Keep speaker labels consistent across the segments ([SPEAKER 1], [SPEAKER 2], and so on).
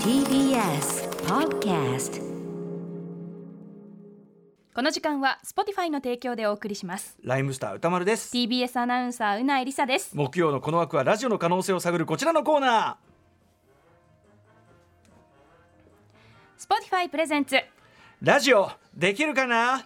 [SPEAKER 1] TBS Podcast
[SPEAKER 2] この時間は Spotify の提供でお送りします
[SPEAKER 3] ライムスター歌丸です。
[SPEAKER 2] TBS アナウンサーうなえりさです
[SPEAKER 3] 木曜のこの枠はラジオの可能性を探るこちらのコーナ
[SPEAKER 2] Spotify プレゼンツ
[SPEAKER 3] ー。ラジオできるかな。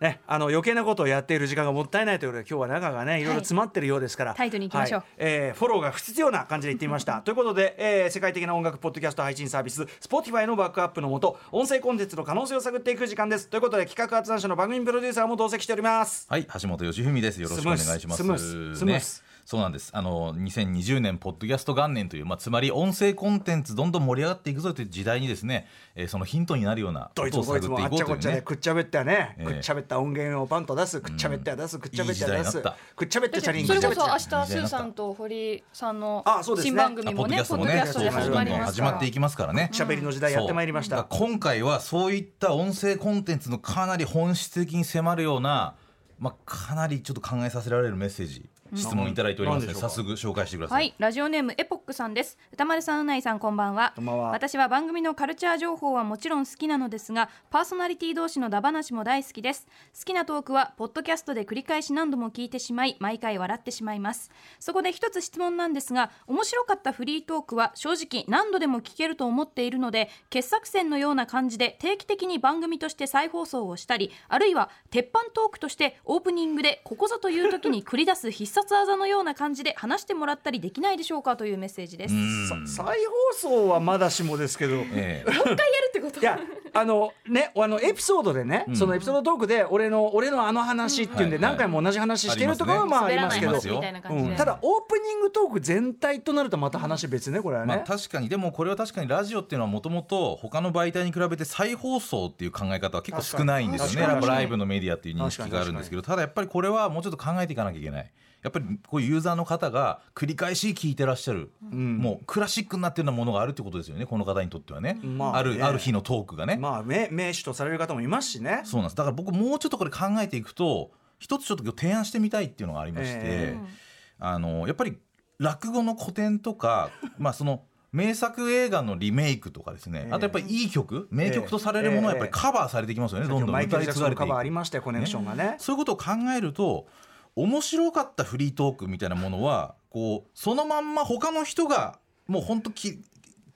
[SPEAKER 3] ね、あの余計なことをやっている時間がもったいないということで今日は中がねいろいろ詰まってるようですから、
[SPEAKER 2] タイトに行きましょう
[SPEAKER 3] はいえーフォローが不必要な感じで言ってみましたということで、えー世界的な音楽ポッドキャスト配信サービス Spotify のバックアップのもと音声コンテンツの可能性を探っていく時間ですということで企画発案者の番組プロデューサーも同席しております
[SPEAKER 4] はい、橋本義文です。よろしくお願いします。
[SPEAKER 3] スムーススムーススムース
[SPEAKER 4] そうなんです。あの2020年ポッドキャスト元年という、まあつまり音声コンテンツどんどん盛り上がっていくぞという時代にですね、えーそのヒントになるようなこ
[SPEAKER 3] どいつ
[SPEAKER 4] と
[SPEAKER 3] も
[SPEAKER 4] を
[SPEAKER 3] こ
[SPEAKER 4] 探
[SPEAKER 3] い
[SPEAKER 4] って
[SPEAKER 3] つ
[SPEAKER 4] い
[SPEAKER 3] も
[SPEAKER 4] こ
[SPEAKER 3] あっ
[SPEAKER 4] う
[SPEAKER 3] ちゃ
[SPEAKER 4] と
[SPEAKER 3] こ
[SPEAKER 4] い
[SPEAKER 3] っ
[SPEAKER 4] う
[SPEAKER 3] ちゃで
[SPEAKER 4] ね。
[SPEAKER 3] くっちゃべったね、
[SPEAKER 4] ええ
[SPEAKER 3] くっちゃべった音源をパンと出すくっちゃべったや出すくっちゃべったや出す
[SPEAKER 4] いい時代になった
[SPEAKER 3] くっちゃべったチャリン
[SPEAKER 2] そ
[SPEAKER 3] くっ
[SPEAKER 2] れ
[SPEAKER 3] ちゃ
[SPEAKER 2] こ
[SPEAKER 3] べっ
[SPEAKER 2] そ明
[SPEAKER 3] た
[SPEAKER 2] 日スーさんと堀さんの
[SPEAKER 3] あそうですね
[SPEAKER 2] 新番組
[SPEAKER 4] あポ
[SPEAKER 2] も
[SPEAKER 4] ッドキ
[SPEAKER 2] ね
[SPEAKER 4] ャストもね、そ
[SPEAKER 3] ポッドキャス
[SPEAKER 4] う
[SPEAKER 3] トで
[SPEAKER 4] そう
[SPEAKER 3] 始
[SPEAKER 4] ど
[SPEAKER 3] ま
[SPEAKER 4] ん
[SPEAKER 3] り
[SPEAKER 4] どん
[SPEAKER 3] ます
[SPEAKER 4] 始まっていきますからね。
[SPEAKER 3] しゃべりの時代やってまいりました
[SPEAKER 4] そうだから今回はそういった音声コンテンツのかなり本質的に迫るような、まあ、かなりちょっと考えさせられるメッセージ、質問いただいておりますので
[SPEAKER 3] なん
[SPEAKER 4] 早
[SPEAKER 3] でしょ
[SPEAKER 4] 速紹介してくださ
[SPEAKER 2] はいラジオネームエポックさんです歌丸さんうないさんこんばんは
[SPEAKER 3] こんばんは
[SPEAKER 2] 私は番組のカルチャー情報はもちろん好きなのですがパーソナリティ同士のダバなしも大好きです好きなトークはポッドキャストで繰り返し何度も聞いてしまい毎回笑ってしまいますそこで一つ質問なんですが面白かったフリートークは正直何度でも聞けると思っているので傑作選のような感じで定期的に番組として再放送をしたりあるいは鉄板トークとしてオープニングでここぞという時に繰り出す必殺技のような感じで話してもらったりできないでしょうかというメッセージです。もう
[SPEAKER 3] さ再放送はまだしもですけど、
[SPEAKER 4] い。ええ
[SPEAKER 2] 一回やるってこと
[SPEAKER 3] いやあのねあのエピソードでね、そのエピソードトークで俺の俺のあの話っていうんで
[SPEAKER 4] うんはい
[SPEAKER 3] 何回も同じ話してるとかは
[SPEAKER 4] あり
[SPEAKER 3] まああ
[SPEAKER 2] 滑
[SPEAKER 3] り
[SPEAKER 2] ら
[SPEAKER 3] ま
[SPEAKER 2] な
[SPEAKER 3] す
[SPEAKER 2] い
[SPEAKER 3] け
[SPEAKER 2] 話
[SPEAKER 3] ど
[SPEAKER 4] ありますよ
[SPEAKER 2] みたいな感じ
[SPEAKER 3] う
[SPEAKER 2] で。
[SPEAKER 3] んただオープニングトーク全体となるとまた話別ねこれは
[SPEAKER 4] まあ、
[SPEAKER 3] ね。
[SPEAKER 4] 確かにでもこれは確かにラジオっていうのはもともと他の媒体に比べて再放送っていう考え方は結構少ないんですよ
[SPEAKER 3] 確か
[SPEAKER 4] ね
[SPEAKER 3] に
[SPEAKER 4] やっぱライブのメディアっていう認識があるんですけどただやっぱりこれはもうちょっと考えていかなきゃいけないやっぱりこういうユーザーの方が繰り返し聞いてらっしゃる、もうクラシックになってるようなものがあるってことですよねこの方にとってはね,、
[SPEAKER 3] まあ
[SPEAKER 4] あ
[SPEAKER 3] ね
[SPEAKER 4] るある日のトークがね、
[SPEAKER 3] まあ名名手とされる方もいますしね。
[SPEAKER 4] そうなんですだから僕もうちょっとこれ考えていくと一つちょっと今日提案してみたいっていうのがありまして、
[SPEAKER 3] え
[SPEAKER 4] あのやっぱり落語の古典 とか、まあ、その名作映画のリメイクとかですね、
[SPEAKER 3] ええ
[SPEAKER 4] あとやっぱりいい曲名曲とされるものはやっぱりカバーされてきますよね、どんどん
[SPEAKER 3] マイケ
[SPEAKER 4] 歌
[SPEAKER 3] ル・
[SPEAKER 4] い
[SPEAKER 3] ジャクソ
[SPEAKER 4] 継
[SPEAKER 3] ン
[SPEAKER 4] が
[SPEAKER 3] の
[SPEAKER 4] れて
[SPEAKER 3] カ
[SPEAKER 4] い
[SPEAKER 3] バーあり
[SPEAKER 4] く
[SPEAKER 3] ましたよコネクションがね。
[SPEAKER 4] そういうことを考えると面白かったフリートークみたいなものはこうそのまんま他の人がもう本当き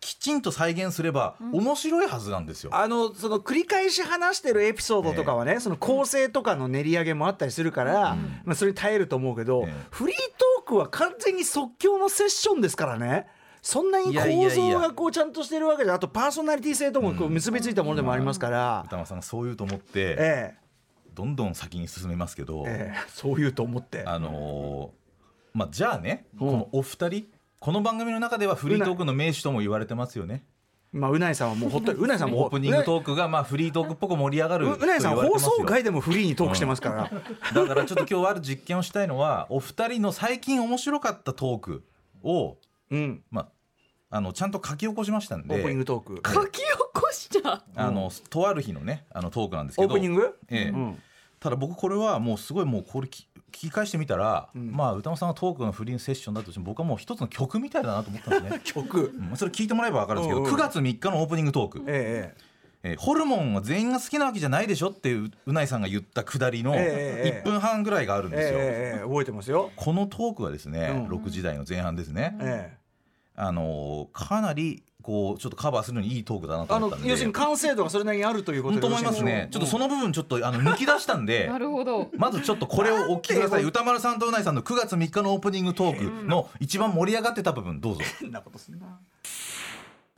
[SPEAKER 4] きちんと再現すれば面白いはずなんですよ。
[SPEAKER 3] あのその繰り返し話してるエピソードとかはね、その構成とかの練り上げもあったりするから、まあ、それに耐えると思うけど、
[SPEAKER 4] ええ
[SPEAKER 3] フリートークは完全に即興のセッションですからねそんなに
[SPEAKER 4] いやいや
[SPEAKER 3] 構
[SPEAKER 4] いや
[SPEAKER 3] 造がこうちゃんとしてるわけであとパーソナリティ性ともこう結びついたものでもありますから、
[SPEAKER 4] 歌間さんがそう言うと思って、
[SPEAKER 3] え
[SPEAKER 4] どんどん先に進めますけど、
[SPEAKER 3] えええそういうと思って。
[SPEAKER 4] あのーまあ、じゃあね、
[SPEAKER 3] うん
[SPEAKER 4] このお二人この番組の中ではフリートークの名手とも言われてますよね。
[SPEAKER 3] まあ、うないさんはもうほっと うないさんも
[SPEAKER 4] オープニングトークがまあフリートークっぽく盛り上が
[SPEAKER 3] う
[SPEAKER 4] ると
[SPEAKER 3] う
[SPEAKER 4] 言わ
[SPEAKER 3] な
[SPEAKER 4] れ
[SPEAKER 3] い
[SPEAKER 4] て
[SPEAKER 3] さん
[SPEAKER 4] ますよ
[SPEAKER 3] 放送回でもフリーにトークしてますから、
[SPEAKER 4] だからちょっと今日ある実験をしたいのはお二人の最近面白かったトークを、
[SPEAKER 3] うん、
[SPEAKER 4] まあ、あのちゃんと書き起こしましたん
[SPEAKER 3] オ
[SPEAKER 4] で
[SPEAKER 3] ープニングトーク
[SPEAKER 2] 書き起こした。
[SPEAKER 4] あのとある日のねあのトークなんですけ
[SPEAKER 3] オ
[SPEAKER 4] ど
[SPEAKER 3] ープニング、
[SPEAKER 4] ええ
[SPEAKER 3] うん
[SPEAKER 4] ただ僕これはもうすごいもうこれき聞き返してみたら、まあ歌間さんがトークのフリーセッションだとしても僕はもう一つの曲みたいだなと思ったんですね。
[SPEAKER 3] 曲、
[SPEAKER 4] うんそれ聞いてもらえば分かるんですけど、
[SPEAKER 3] うんうん
[SPEAKER 4] 9月3日のオープニングトーク、
[SPEAKER 3] ええええ
[SPEAKER 4] えーホルモンは全員が好きなわけじゃないでしょっていううないさんが言ったくだりの
[SPEAKER 3] ええええ
[SPEAKER 4] 1分半ぐらいがあるん
[SPEAKER 3] え
[SPEAKER 4] ですよ。
[SPEAKER 3] えええ覚えてますよ。
[SPEAKER 4] このトークはですね、
[SPEAKER 3] うん
[SPEAKER 4] 6時台の前半ですね、
[SPEAKER 3] ええ、
[SPEAKER 4] あのーかなりこうちょっとカバーするのにいいトークだなと
[SPEAKER 3] あ
[SPEAKER 4] 思っ
[SPEAKER 3] の
[SPEAKER 4] たんで
[SPEAKER 3] 要するに完成度がそれなりにあるということで
[SPEAKER 4] 本当思いますねちょっとそ
[SPEAKER 3] の
[SPEAKER 4] の部分ちょっとあ の抜き出したんで
[SPEAKER 2] なるほど。
[SPEAKER 4] まずちょっとこれをお聞きください歌丸さんとうないさんの9月3日のオープニングトークの一番盛り上がってた部分どうぞ
[SPEAKER 3] 変なことすんな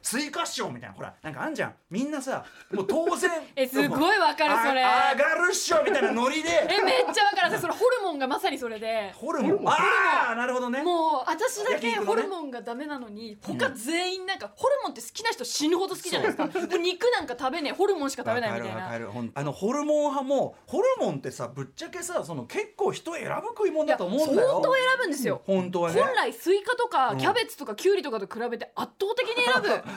[SPEAKER 3] 追加賞みたいなほらなんかあんじゃんみんなさもう当然
[SPEAKER 2] えすごいわかるそれ
[SPEAKER 3] あ上がるっしょみたいなノリで
[SPEAKER 2] えめっちゃわからんそれホルモンがまさにそれで。
[SPEAKER 3] ホルモンああなるほどね
[SPEAKER 2] もう私だ
[SPEAKER 3] 焼
[SPEAKER 2] け
[SPEAKER 3] 肉の
[SPEAKER 2] ホ
[SPEAKER 3] ね
[SPEAKER 2] ルモンがダメなのに他全員なんかホルモンって好きな人死ぬほど好きじゃないですかもう肉なんか食べねえホルモンしか食べないみたい
[SPEAKER 3] わか
[SPEAKER 2] な
[SPEAKER 3] るわかるほんあのホルモン派もホルモンってさぶっちゃけさその結構人選ぶ食い物だと思うんだよ
[SPEAKER 2] 相当選ぶんですよ
[SPEAKER 3] 本当はね
[SPEAKER 2] 本来スイカとか
[SPEAKER 3] うん
[SPEAKER 2] キャベツとかキュウリとかと比べて圧倒的に選ぶ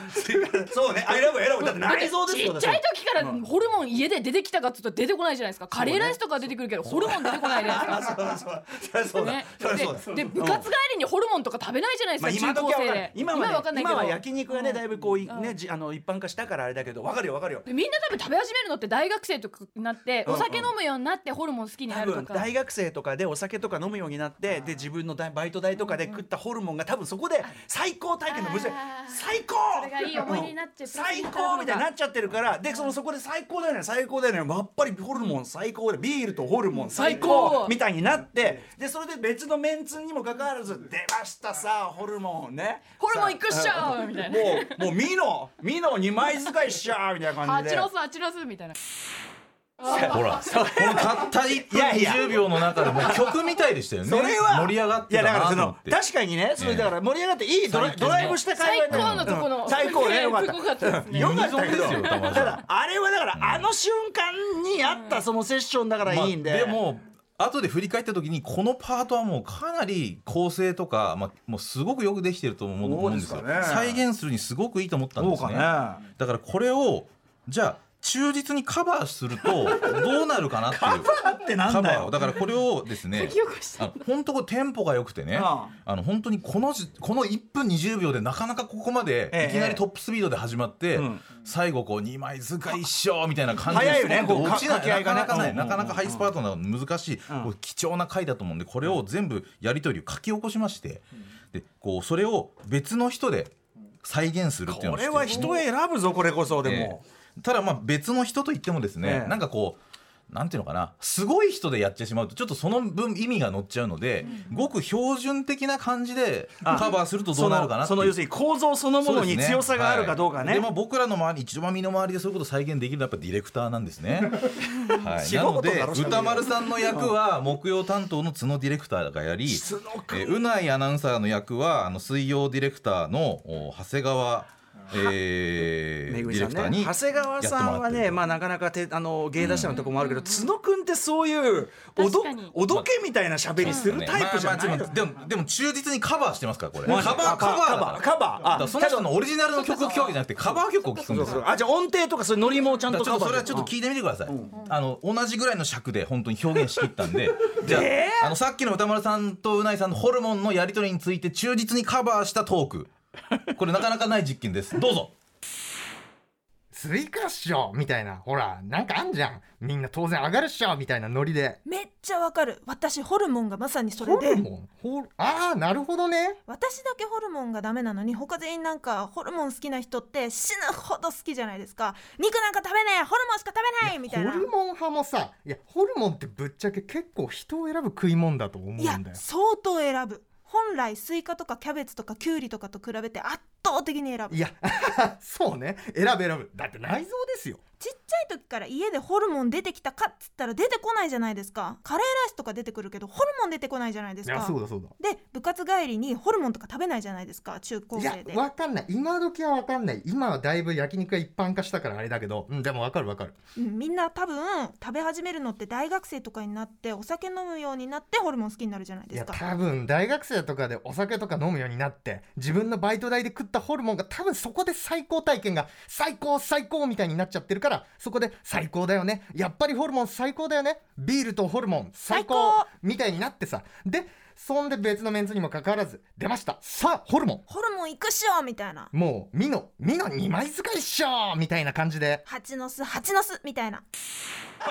[SPEAKER 3] そうね「アイラブアイラブ」だって内臓です
[SPEAKER 5] ち
[SPEAKER 3] よ
[SPEAKER 5] っちゃい時からホルモン家で出てきたかっつったら出てこないじゃないですかカレーライスとかは出てくるけどホルモン出てこないじゃな いですか
[SPEAKER 3] そうそうそりゃそうだ、
[SPEAKER 5] ね
[SPEAKER 3] そりゃそうだ
[SPEAKER 5] でで部活帰りにホルモンとか食べないじゃない
[SPEAKER 3] まあ、
[SPEAKER 5] ですか、
[SPEAKER 3] 今
[SPEAKER 5] 中
[SPEAKER 3] 時
[SPEAKER 5] 高
[SPEAKER 3] は
[SPEAKER 5] 生
[SPEAKER 3] 分かんない今
[SPEAKER 5] で
[SPEAKER 3] は,、
[SPEAKER 5] 今
[SPEAKER 3] ね、
[SPEAKER 5] わかんないけど
[SPEAKER 3] 今は焼肉がねだいぶこう、いねじあの一般化したからあれだけど分かるよ分かるよ
[SPEAKER 5] でみんな多分食べ始めるのって大学生とかになって
[SPEAKER 3] うん
[SPEAKER 5] お酒飲むようになってホルモン好きにな
[SPEAKER 3] 多
[SPEAKER 5] ると
[SPEAKER 3] 分
[SPEAKER 5] か
[SPEAKER 3] 大学生とかでお酒とか飲むようになってで自分の大バイト代とかで食ったホルモンが多分そこで最高体験の無事
[SPEAKER 5] あー
[SPEAKER 3] 最高
[SPEAKER 5] それがいい思い出になっち
[SPEAKER 3] う
[SPEAKER 5] ゃう
[SPEAKER 3] ん最高みたいになっちゃってるからでそのそこで最高だよね最高だよねやっぱりホルモン最高でビールとホルモン最
[SPEAKER 5] 最
[SPEAKER 3] 高
[SPEAKER 5] 高
[SPEAKER 3] みたいになってでそれで別のメンツにもかかわらず出ましたさホルモンね
[SPEAKER 5] ホルモンいくっしょーみたいな
[SPEAKER 3] もうもうミノミノ2枚使いしちゃーみたいな
[SPEAKER 5] あ
[SPEAKER 3] 感じ
[SPEAKER 5] ち
[SPEAKER 3] で
[SPEAKER 5] らすあちらすみたいな
[SPEAKER 4] ほら、このたった1
[SPEAKER 3] い
[SPEAKER 4] 分
[SPEAKER 3] やいや
[SPEAKER 4] 20秒の中でもう曲みたいでしたよね。
[SPEAKER 3] それは
[SPEAKER 4] 盛り上がって
[SPEAKER 3] いや
[SPEAKER 4] た
[SPEAKER 3] だから
[SPEAKER 4] な
[SPEAKER 3] そ
[SPEAKER 4] と思
[SPEAKER 3] の
[SPEAKER 4] って。
[SPEAKER 3] 確かにねそれだから盛り上がっていいドラ
[SPEAKER 4] 最近
[SPEAKER 3] ド
[SPEAKER 4] の
[SPEAKER 3] ライブした会
[SPEAKER 5] 最
[SPEAKER 3] 話にな
[SPEAKER 5] 高
[SPEAKER 3] る
[SPEAKER 5] のとこの、
[SPEAKER 3] うん最高ねよかっ
[SPEAKER 5] すごかったです
[SPEAKER 3] た
[SPEAKER 5] ね
[SPEAKER 3] よかったけど
[SPEAKER 4] 依存ですよ玉
[SPEAKER 3] た
[SPEAKER 4] 川さん
[SPEAKER 3] だあれはだからあの瞬間にあったそのセッションだからいいんで
[SPEAKER 4] まあでも後で振り返った時にこのパートはもうかなり構成とか、まあ、もうすごくよくできてると思う思うんですよ
[SPEAKER 3] そうですか
[SPEAKER 4] 再
[SPEAKER 3] ね
[SPEAKER 4] 現するにすごくいいと思ったん
[SPEAKER 3] そ
[SPEAKER 4] で
[SPEAKER 3] う
[SPEAKER 4] すね
[SPEAKER 3] かね
[SPEAKER 4] だからこれをじゃあ忠実にカバーするとどうなる かなっていう
[SPEAKER 3] パってなん
[SPEAKER 4] カ
[SPEAKER 3] だ
[SPEAKER 4] バーを
[SPEAKER 3] よ
[SPEAKER 4] だからこれをですね
[SPEAKER 5] 書き起こした
[SPEAKER 4] あ本当これテンポが良くてね、
[SPEAKER 3] うん
[SPEAKER 4] あの本当にこのじこの1分20秒でなかなかここま
[SPEAKER 3] え
[SPEAKER 4] で
[SPEAKER 3] え
[SPEAKER 4] いきなりトップスピードで始まって、
[SPEAKER 3] うん
[SPEAKER 4] 最後こう2枚使い一緒みたいな感じで
[SPEAKER 3] 早いよね
[SPEAKER 4] スポンと
[SPEAKER 3] こう
[SPEAKER 4] 落ち
[SPEAKER 3] か
[SPEAKER 4] ない
[SPEAKER 3] 掛け合いが
[SPEAKER 4] なか
[SPEAKER 3] ねうん
[SPEAKER 4] なか
[SPEAKER 3] う
[SPEAKER 4] ね
[SPEAKER 3] ん
[SPEAKER 4] なかなかハイスパートナーの難しい、こう貴重な回だと思うんでこれを全部やり取りを書き起こしまして、でこうそれを別の人で再現するっていうの
[SPEAKER 3] こ
[SPEAKER 4] を
[SPEAKER 3] れは人選ぶぞこれこそでも
[SPEAKER 4] ええただまあ別の人といってもですね、
[SPEAKER 3] ええ
[SPEAKER 4] なんかこうなんていうのかなすごい人でやってしまうとちょっとその分意味が乗っちゃうので、ごく標準的な感じで
[SPEAKER 3] あ
[SPEAKER 4] カバーするとど
[SPEAKER 3] そう
[SPEAKER 4] なるかな
[SPEAKER 3] の
[SPEAKER 4] って
[SPEAKER 3] そ
[SPEAKER 4] いう
[SPEAKER 3] の要するに構造そのもの
[SPEAKER 4] そう
[SPEAKER 3] に
[SPEAKER 4] ですね
[SPEAKER 3] 強さがあるかどうか
[SPEAKER 4] はい
[SPEAKER 3] ね
[SPEAKER 4] でも僕らの周り一番身の回りでそういうことを再現できるのはやっぱディレクターなんですね、 はい、
[SPEAKER 3] 仕
[SPEAKER 4] なの
[SPEAKER 3] 事だろ
[SPEAKER 4] で
[SPEAKER 3] それ
[SPEAKER 4] 歌丸さんの役は木曜担当の角ディレクターがやり
[SPEAKER 3] 角君
[SPEAKER 4] えーうないアナウンサーの役はあの水曜ディレクターのお長谷川え
[SPEAKER 3] め
[SPEAKER 4] ー
[SPEAKER 3] ぐ
[SPEAKER 4] デ
[SPEAKER 3] みさん
[SPEAKER 4] ィレクター
[SPEAKER 3] ね
[SPEAKER 4] に
[SPEAKER 3] 長谷川さんは
[SPEAKER 4] やってもらって
[SPEAKER 3] ね、
[SPEAKER 4] る
[SPEAKER 3] まあ、なかなかてあの芸達者のとこもあるけど、角くんってそういうおど
[SPEAKER 5] 確かに
[SPEAKER 3] おどけみたいな喋りするタイプじゃない、
[SPEAKER 4] まあまあでもでもでも忠実にカバーしてますからこれカ
[SPEAKER 3] マ
[SPEAKER 4] バ
[SPEAKER 3] ジあ
[SPEAKER 4] ーカバーだから
[SPEAKER 3] カバー
[SPEAKER 4] だか
[SPEAKER 3] あ
[SPEAKER 4] らその人のオリジナルの曲を聴くわけじゃなくてカバー曲を聴くん
[SPEAKER 3] そう
[SPEAKER 4] です
[SPEAKER 3] そう
[SPEAKER 4] よ
[SPEAKER 3] あじゃあ音程とかそういうノリもちゃん
[SPEAKER 4] だか
[SPEAKER 3] と
[SPEAKER 4] らちょっとそれはちょっと
[SPEAKER 3] い
[SPEAKER 4] 聞いてみてください、あの同じぐらいの尺で本当に表現しきったんでじゃあ,、あのさっきの歌丸さんとうないさんのホルモンのやり取りについて忠実にカバーしたトークこれなかなかない実験ですどうぞ
[SPEAKER 6] 追加っしょみたいな、ほら、なんかあんじゃん。みんな当然上がるっしょみたいなノリで。
[SPEAKER 7] めっちゃわかる私ホルモンがまさにそれ
[SPEAKER 6] ホル
[SPEAKER 7] で
[SPEAKER 6] モンホルああ、なるほどね。
[SPEAKER 7] 私だけホルモンがダメなのに他全員なんかホルモン好きな人って死ぬほど好きじゃないですか肉なんか食べねえホルモンしか食べないみ
[SPEAKER 6] ホ
[SPEAKER 7] たいな
[SPEAKER 6] ルモン派もさ、いや、ホルモンってぶっちゃけ結構人を選ぶ食い物だと思うん
[SPEAKER 7] いや
[SPEAKER 6] だよ。
[SPEAKER 7] 相当選ぶ本来スイカとかキャベツとかキュウリとかと比べて圧倒的に選ぶ
[SPEAKER 6] いや、 そうね。選ぶ選ぶ。だって内臓ですよ。
[SPEAKER 7] ちっちゃい時から家でホルモン出てきたかっつったら出てこないじゃないですかカレーライスとか出てくるけどホルモン出てこないじゃないで
[SPEAKER 6] い
[SPEAKER 7] す
[SPEAKER 6] や、
[SPEAKER 7] か
[SPEAKER 6] そうだそうだ。
[SPEAKER 7] で部活帰りにホルモンとか食べないじゃないですか中高
[SPEAKER 6] いや
[SPEAKER 7] 生で、
[SPEAKER 6] わかんない。今時はわかんない。今はだいぶ焼肉が一般化したからあれだけど、うん、でもわかるわかる。
[SPEAKER 7] うんみんな多分食べ始めるのって大学生とかになってお酒飲むようになってホルモン好きになるじゃない
[SPEAKER 6] い
[SPEAKER 7] です
[SPEAKER 6] や
[SPEAKER 7] か
[SPEAKER 6] 多分大学生とかでお酒とか飲むようになって自分のバイト代で食ったホルモンが多分そこで最高体験が最高最高みたいになっちゃってるからそこで最高だよねやっぱりホルモン最高だよねビールとホルモン最高
[SPEAKER 7] 最高
[SPEAKER 6] みたいになってさでそんで別のメンツにもかかわらず出ましたさあホルモ
[SPEAKER 7] ホルモン行くっしょみたいな
[SPEAKER 6] ンもうミノミノ2枚使いっしょみたいな感じで
[SPEAKER 7] 蜂の巣蜂の巣みたいな
[SPEAKER 3] これ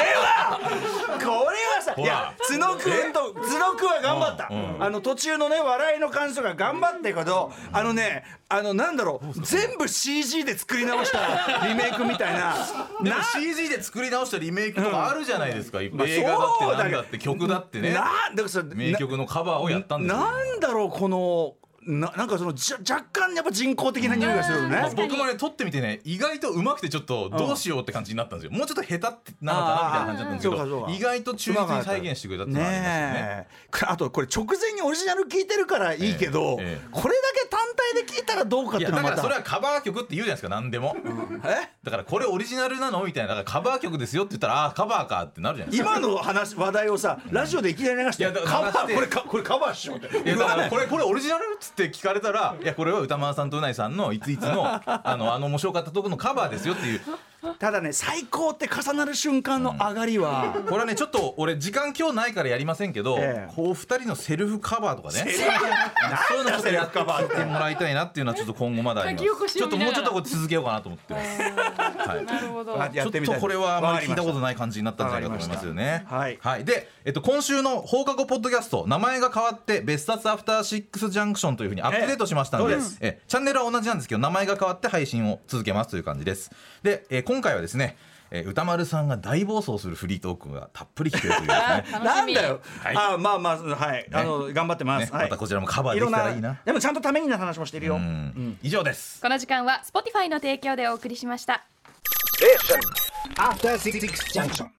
[SPEAKER 3] はこれはさ
[SPEAKER 4] ほ
[SPEAKER 3] い
[SPEAKER 4] ら
[SPEAKER 3] や角くんと角くんは頑張った、
[SPEAKER 4] うんうん
[SPEAKER 3] あの途中のね笑いの感想が頑張ってけど、あのねあのなんだろう全部 CG で作り直したリメイクみたいな
[SPEAKER 4] で
[SPEAKER 3] な
[SPEAKER 4] も CG で作り直したリメイクとかあるじゃないですか、いっぱい
[SPEAKER 3] まあ
[SPEAKER 4] 映画だって
[SPEAKER 3] そうだ
[SPEAKER 4] な
[SPEAKER 3] け
[SPEAKER 4] ん
[SPEAKER 3] ど
[SPEAKER 4] だって曲だってね
[SPEAKER 3] なんだからそれ
[SPEAKER 4] 名曲のカバーをやったんですよ
[SPEAKER 3] なんだろうこのななんかそのじゃ若干やっぱ人工的な匂いがするよね。
[SPEAKER 4] 僕もね撮ってみてね意外とうまくてちょっとどうしようって感じになったんですよ、もうちょっと下手ってなのかなみたいな感じだったんですけ
[SPEAKER 3] あーそうかそう
[SPEAKER 4] ど、
[SPEAKER 3] か
[SPEAKER 4] 意外と忠実に再現してくれたっていうのはあります
[SPEAKER 3] ね
[SPEAKER 4] よね
[SPEAKER 3] えこれあとこれ直前にオリジナル聞いてるからいいけど、
[SPEAKER 4] ええええ
[SPEAKER 3] これだけ単体で聞いたらどうかっ
[SPEAKER 4] い
[SPEAKER 3] てい
[SPEAKER 4] や
[SPEAKER 3] うの
[SPEAKER 4] だ
[SPEAKER 3] はま
[SPEAKER 4] から
[SPEAKER 3] た
[SPEAKER 4] それはカバー曲って言うじゃないですか何でも
[SPEAKER 3] え
[SPEAKER 4] だからこれオリジナルなのみたいなだからカバー曲ですよって言ったらああーカバーかってなるじゃないですか
[SPEAKER 3] 今の話話題をさラジオでいきなり流して
[SPEAKER 4] いやだ
[SPEAKER 3] カバ
[SPEAKER 4] 流し
[SPEAKER 3] ー
[SPEAKER 4] て
[SPEAKER 3] これかこれカバーしようって
[SPEAKER 4] いやだからこれこれオリジナルっつって聞かれたらいやこれは歌丸さんとうないさんのいついつ のあのあの面白かったとこのカバーですよっていう
[SPEAKER 3] ただね最高って重なる瞬間の上がりは、
[SPEAKER 4] これはねちょっと俺時間今日ないからやりませんけど、
[SPEAKER 3] ええ
[SPEAKER 4] こう二人のセルフカバーとかね
[SPEAKER 3] そういうのちょっとやって
[SPEAKER 4] やってもらいたいなっていうのはちょっと今後まだありま
[SPEAKER 5] 書き起こ
[SPEAKER 4] す
[SPEAKER 5] し
[SPEAKER 4] ちょ
[SPEAKER 5] を
[SPEAKER 4] っと
[SPEAKER 5] 見
[SPEAKER 4] も
[SPEAKER 5] な
[SPEAKER 4] う
[SPEAKER 5] が
[SPEAKER 4] ちょっと
[SPEAKER 5] ら
[SPEAKER 4] これ続けようかなと思ってます、はい、
[SPEAKER 5] なるほど。
[SPEAKER 3] やってみ
[SPEAKER 4] ちょ
[SPEAKER 3] たい
[SPEAKER 4] っとこれはあまり聞いたこと
[SPEAKER 3] ない
[SPEAKER 4] ない感じになったんじゃないかと思いますよね。
[SPEAKER 3] わかりました
[SPEAKER 4] で、えっと、今週の放課後ポッドキャスト、名前が変わって、別冊アフターシックスジャンクションというふうにアップデートしましたので、
[SPEAKER 3] え
[SPEAKER 4] え
[SPEAKER 3] えそうです
[SPEAKER 4] チャンネルは同じなんですけど、名前が変わって配信を続けますという感じです。で、えー今回はですね、えー歌丸さんが大暴走するフリートークがたっぷり聞けると いうですね
[SPEAKER 5] 楽
[SPEAKER 3] な
[SPEAKER 5] し
[SPEAKER 3] ん
[SPEAKER 5] み。
[SPEAKER 3] だよ、
[SPEAKER 4] はい
[SPEAKER 3] あまあまあはい、あの頑張ってます、
[SPEAKER 4] ね
[SPEAKER 3] はい
[SPEAKER 4] またこちらもカバーできたらいいな
[SPEAKER 3] ろんでもちゃんとためになる話もしてるよ、
[SPEAKER 4] うん以上です。
[SPEAKER 2] この時間は Spotify の提供でお送りしました
[SPEAKER 8] After Six Junction.